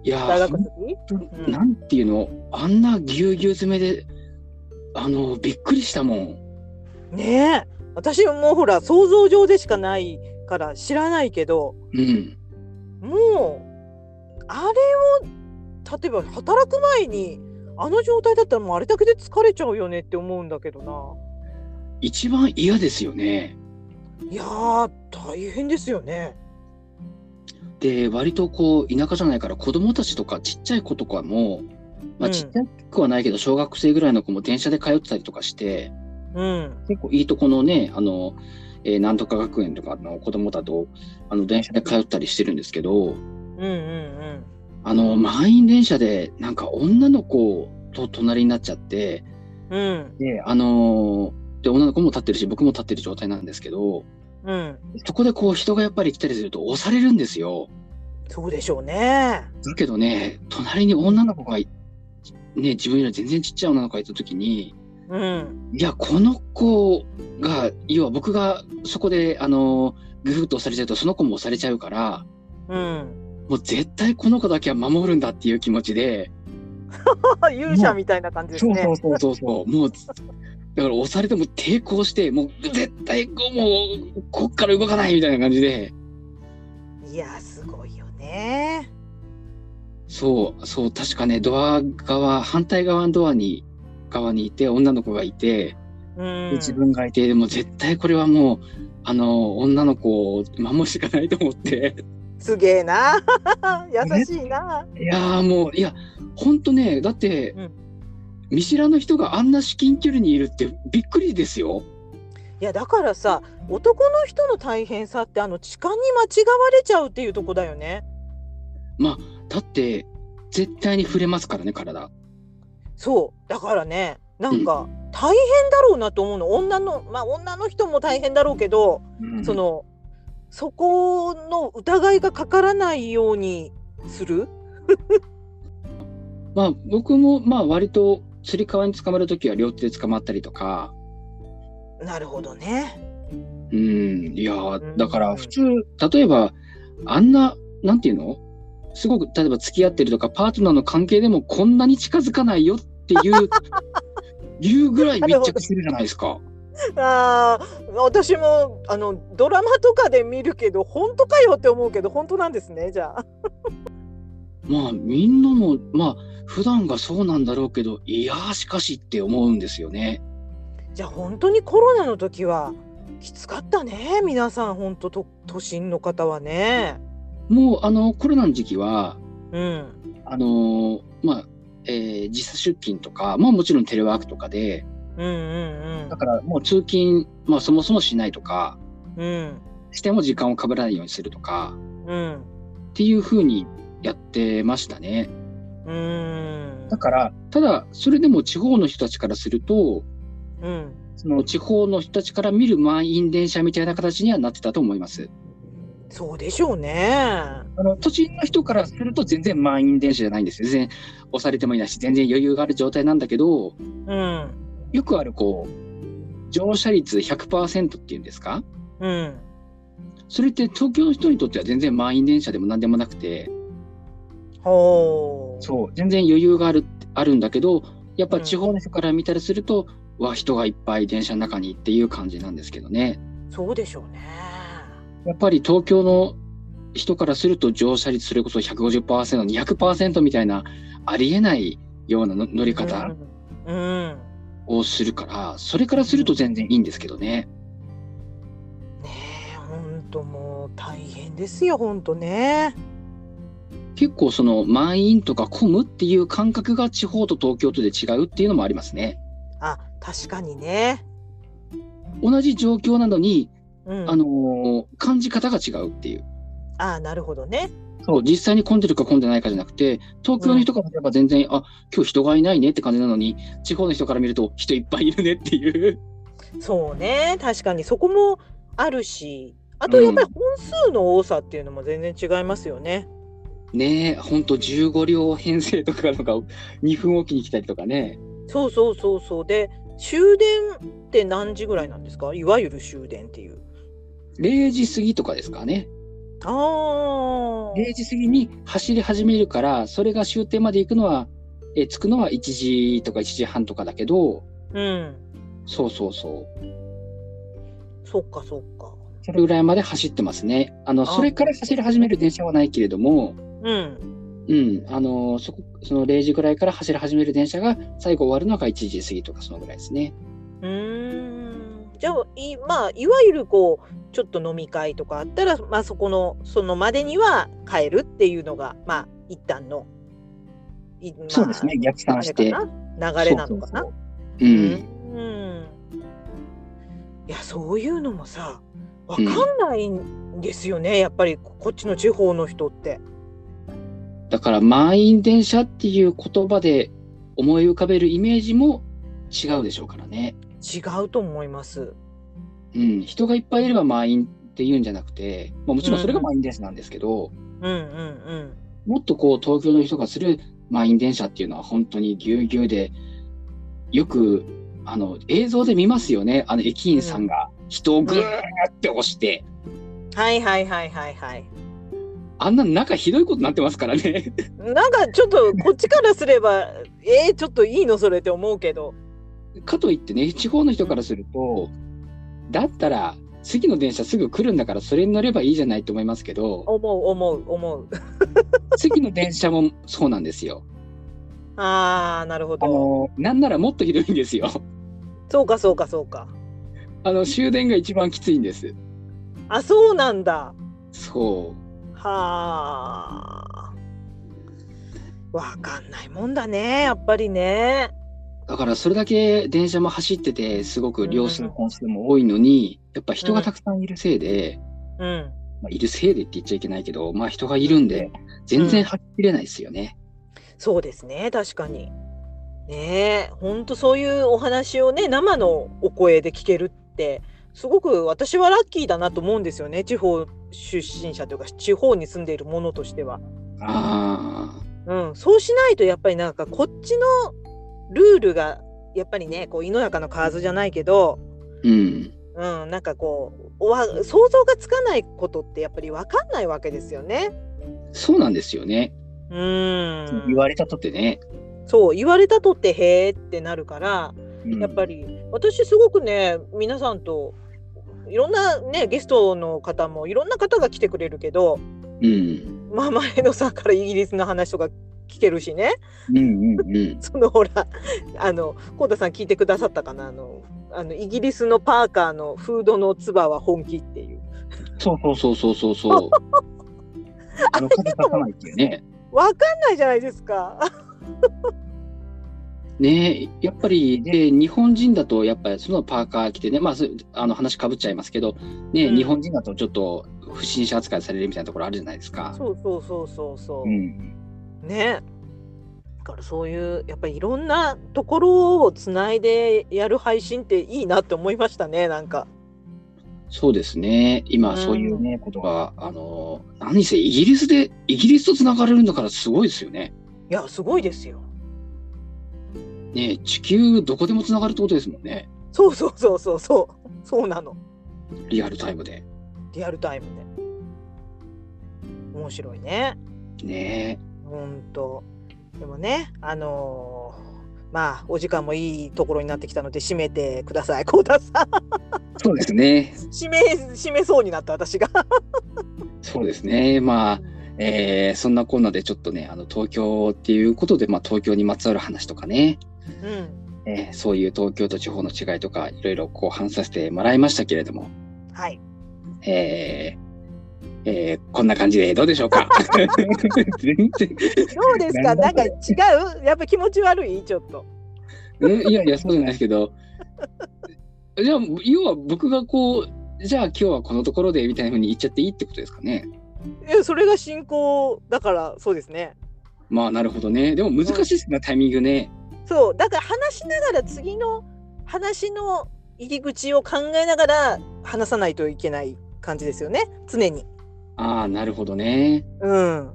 いやー大学の時うんなんていうのあんなぎゅうぎゅう詰めであのびっくりしたもんねえ私もほら想像上でしかないから知らないけどうんもうあれを例えば働く前にあの状態だったらもうあれだけで疲れちゃうよねって思うんだけどな一番嫌ですよねいやー大変ですよねで割とこう田舎じゃないから子供たちとかちっちゃい子とかも、まうあ、んちっちゃくはないけど小学生ぐらいの子も電車で通ってたりとかしてうん結構いいとこのねあの、えーなんとか学園とかの子供だとあの電車で通ったりしてるんですけどうんうんあの満員電車でなんか女の子と隣になっちゃってうんうんで、あのーで、女の子も立ってるし、僕も立ってる状態なんですけど、うんそこでこう人がやっぱり来たりすると押されるんですよ。そうでしょうねだけどね、隣に女の子がい、ね、自分より全然ちっちゃい女の子がいた時に、うんいや、この子が、要は僕がそこで、あのーぐふっと押されちゃうと、その子も押されちゃうから、うんもう絶対この子だけは守るんだっていう気持ちで、勇者みたいな感じですそうねそうそうそうそう、もう、だから押されても抵抗して、もう絶対こうもう、こっから動かないみたいな感じで、いやーすごいよねそう、そう、確かね、ドア側、反対側のドアに、側にいて、女の子がいて、うんで自分がいて、でも絶対これはもう、あの、女の子を守るしかないと思って、すげえ な優しいないやーもう、いや、ほんとね、だって、うん見知らぬ人があんな至近距離にいるってびっくりですよ。いやだからさ男の人の大変さってあの痴漢に間違われちゃうっていうとこだよねだって、絶対に触れますからね、体。そうだからねなんか大変だろうなと思うの女のまあ女の人も大変だろうけど、そ、のそこの疑いがかからないようにするまあ、僕も、まあ、割と、つり革に捕まるときは両手で捕まったりとか、なるほどねうん、いやーうんだから普通、例えば、あんな、なんていうのすごく、例えば付き合ってるとか、パートナーの関係でもこんなに近づかないよっていう、いうぐらい密着してるじゃないですか。あー私もあのドラマとかで見るけど本当かよって思うけど本当なんですねじゃあまあ、みんなも、まあ、普段がそうなんだろうけど、いやー、しかしって思うんですよね。じゃあ本当にコロナの時はきつかったね皆さん本当と都心の方はね。もう、あの、コロナの時期は、うんあのーまあ、えー時差出勤とか、まあもちろんテレワークとかで、うんうんだからもう通勤、まあそもそもしないとか、うんうんしても時間をかぶらないようにするとかうんっていう風にやってましたね。うんだからただそれでも地方の人たちからするとうんその地方の人たちから見る満員電車みたいな形にはなってたと思います。そうでしょうね。あの都心の人からすると全然満員電車じゃないんですよ。全然押されてもいないし全然余裕がある状態なんだけどうんよくあるこう乗車率100%っていうんですかうんそれって東京の人にとっては全然満員電車でも何でもなくて、ほう。そう、全然余裕がある、あるんだけど、やっぱ地方の人から見たりすると、わ、人がいっぱい電車の中にっていう感じなんですけどね。そうでしょうね。やっぱり東京の人からすると乗車率それこそ150%、200%みたいなありえないようなの乗り方うん。うん。をするから、それからすると全然いいんですけどね。ねえ、本当もう大変ですよ、本当ね。結構その満員とか混むっていう感覚が地方と東京とで違うっていうのもありますね。あ、確かにね。同じ状況なのに、うん。あのー感じ方が違うっていう。あ、なるほどね。そう、実際に混んでるか混んでないかじゃなくて、東京の人からすれば全然、あ、今日人がいないねって感じなのに、地方の人から見ると人いっぱいいるねっていう。そうね。確かにそこもあるし、あとやっぱり本数の多さっていうのも全然違いますよね。ねえ、ほんと15両編成とかのが2分おきに来たりとかね。そうそうそうそうで終電って何時ぐらいなんですかいわゆる終電っていう0時過ぎとかですかね。ああ0時過ぎに走り始めるから、それが終点まで行くのは、え着くのは1時とか1時半とかだけど、うんそうそうそう。そっかそっかそれぐらいまで走ってますね。あの、あそれから走り始める電車はないけれども、うんうん、あのーそこ、その0時ぐらいから走り始める電車が最後終わるのが1時過ぎとかそのぐらいですね。うーんじゃあいまあいわゆるこうちょっと飲み会とかあったらまあそこのそのまでには帰るっていうのがまあ一旦のいまあそうですね、逆あ算れしかて。な流れなのかなそうそうそうううんん、いやそういうのもさわかんないんですよね、やっぱりここっちの地方の人って。だから満員電車っていう言葉で思い浮かべるイメージも違うでしょうからね。違うと思います。うん、人がいっぱいいれば満員っていうんじゃなくて、まあ、もちろんそれが満員電車なんですけど、うんうんもっとこう東京の人がする満員電車っていうのは本当にぎゅうぎゅうで、よくあの映像で見ますよね、あの駅員さんが人をぐーって押して。うん。はいはいはいはいはい。あんな中ひどいことになってますから ね。なんかちょっとこっちからすればえー、ちょっといいのそれって思うけど。かといってね、地方の人からすると、だったら次の電車すぐ来るんだからそれに乗ればいいじゃないと思いますけど、思う思う思う。次の電車もそうなんですよ。ああなるほあど。の、なんならもっとひどいんですよ。そうかそうかそうか。あの、終電が一番きついんです。あそうなんだ。そはあ。わかんないもんだねやっぱりね。う。だからそれだけ電車も走ってて、すごく両数本数も多いのに、やっぱ人がたくさんいるせいで、うん。まあ、いるせいでって言っちゃいけないけど、まあ人がいるんで、全然走れないですよね。そうですね、確かに。ねえ、本当そういうお話をね、生のお声で聞けるって、すごく私はラッキーだなと思うんですよね、地方出身者というか、地方に住んでいるものとしては。ああ。うん、そうしないと、やっぱりなんか、こっちのルールが、やっぱりね、こう、井の中の蛙じゃないけど、うん。うん、なんかこうわ想像がつかないことってやっぱり分かんないわけですよね。そうなんですよね。うん、言われたとってね。そう言われたとってへえってなるからうんやっぱ。り私すごくね皆さんといろんなねゲストの方もいろんな方が来てくれるけど、うん。まあ、前野さんからイギリスの話とか聞けるしねうんうんうん。 そのほらあの浩太さん聞いてくださったかなあのあのイギリスのパーカーのフードのつばは本気っていうそうそうそうそうそう そう。あの風立たないっていうね。分かんないじゃないですか。ねえやっぱり、で、日本人だと、やっぱりそのパーカー着てね、まあ、そうあの話かぶっちゃいますけど、ねえ、うん日本人だとちょっと不審者扱いされるみたいなところあるじゃないですか。 そうそうそうそうそう。ん。ねだからそういうやっぱりいろんなところをつないでやる配信っていいなって思いましたねなんかそうですね。今、そういうね、ことが、あの、何せイギリスで、イギリスと繋がれるんだからすごいですよね。いやすごいですよねえ地球どこでも繋がるってことですもんね。そうそうそうそうそうそうなのリアルタイムで。リアルタイムで面白いねねほんとでもねあのーまあお時間もいいところになってきたので締めてください 幸田さえ。んそうですね。締め締めそうになった私がそうですね。まあ、えーそんなこんなでちょっとね、あの、東京っていうことで、まあ、東京にまつわる話とかね、うんえーそういう東京と地方の違いとか、いろいろこう話させてもらいましたけれども、 はいえーえーこんな感じでどうでしょう か全然どうですかなんか違うやっぱ気持ち悪いちょっとえいやいや、そうじゃないですけど。じゃあ、要は僕がこう、じゃあ今日はこのところでみたいなふうに言っちゃっていいってことですかね。えそれが進行だからそうですねまあ、なるほどね。でも難しいですね、タイミングね。そうだから話しながら次の話の入り口を考えながら話さないといけない感じですよね常に。ああ、なるほどね。うん、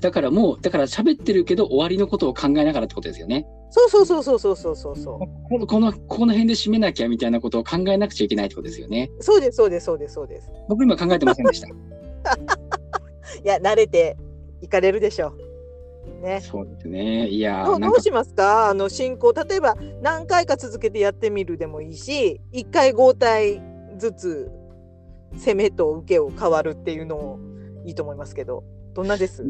だからもう、だから喋ってるけど終わりのことを考えながらってことですよね。そうそうそうそうそうそうそうそこの、この、この辺で締めなきゃみたいなことを考えなくちゃいけないってことですよね。うそうですそうですそうですそうです。僕今考えてませんでした。いや慣れていかれるでしょう。ね。そうですね。いやどー、うなどんうか、しますかあの進行例えば何回か続けてやってみるでもいいし1回5体ずつ攻めと受けを変わるっていうのもいいと思いますけどどんなです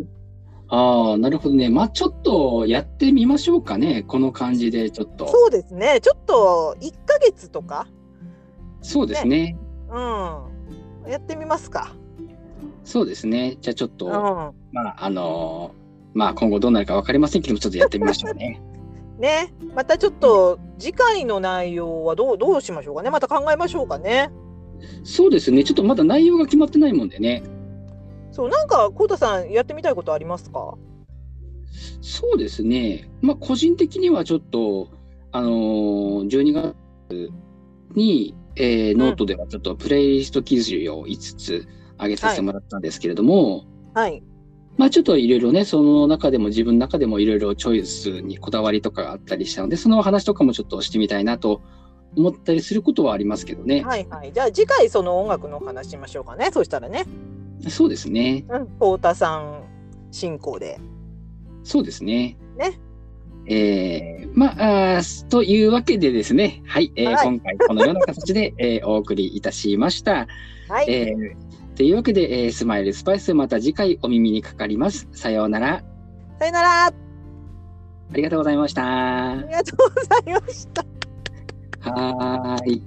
ああ、なるほどね。まあ、ちょっとやってみましょうかね。この感じで、ちょっと。そうですねちょっと1ヶ月とか、そうですね。うん、やってみますか。そうですね。じゃあちょっと、うまんあ、あのーまあ今後どうなるか分かりませんけども、ちょっとやってみましょうね。 ね、またちょっと次回の内容はどうどうしましょうかねまた考えましょうかね。そうですね。ちょっとまだ内容が決まってないもんでね。そうなんかこうたさんやってみたいことありますかそうですね。まあ個人的にはちょっと、あのー12月に、えーノートではちょっとプレイリスト記事を5つ上げさせてもらったんですけれども、はいまあちょっといろいろね、その中でも自分の中でもいろいろチョイスにこだわりとかがあったりしたので、そのお話とかもちょっとしてみたいなと思ったりすることはありますけどね。 はいはいじゃあ次回その音楽のお話しましょうかねそうしたらね。そうですね。うん、こうたさん進行で。そうですね。ね。えー、まああー、というわけでですね、はい、えーはい今回このような形で、 えーお送りいたしました。はい、えーというわけで、えースマイルスパイス、また次回お耳にかかります。さようなら。さよならあありがとうございました。はりがとうございました。ーい。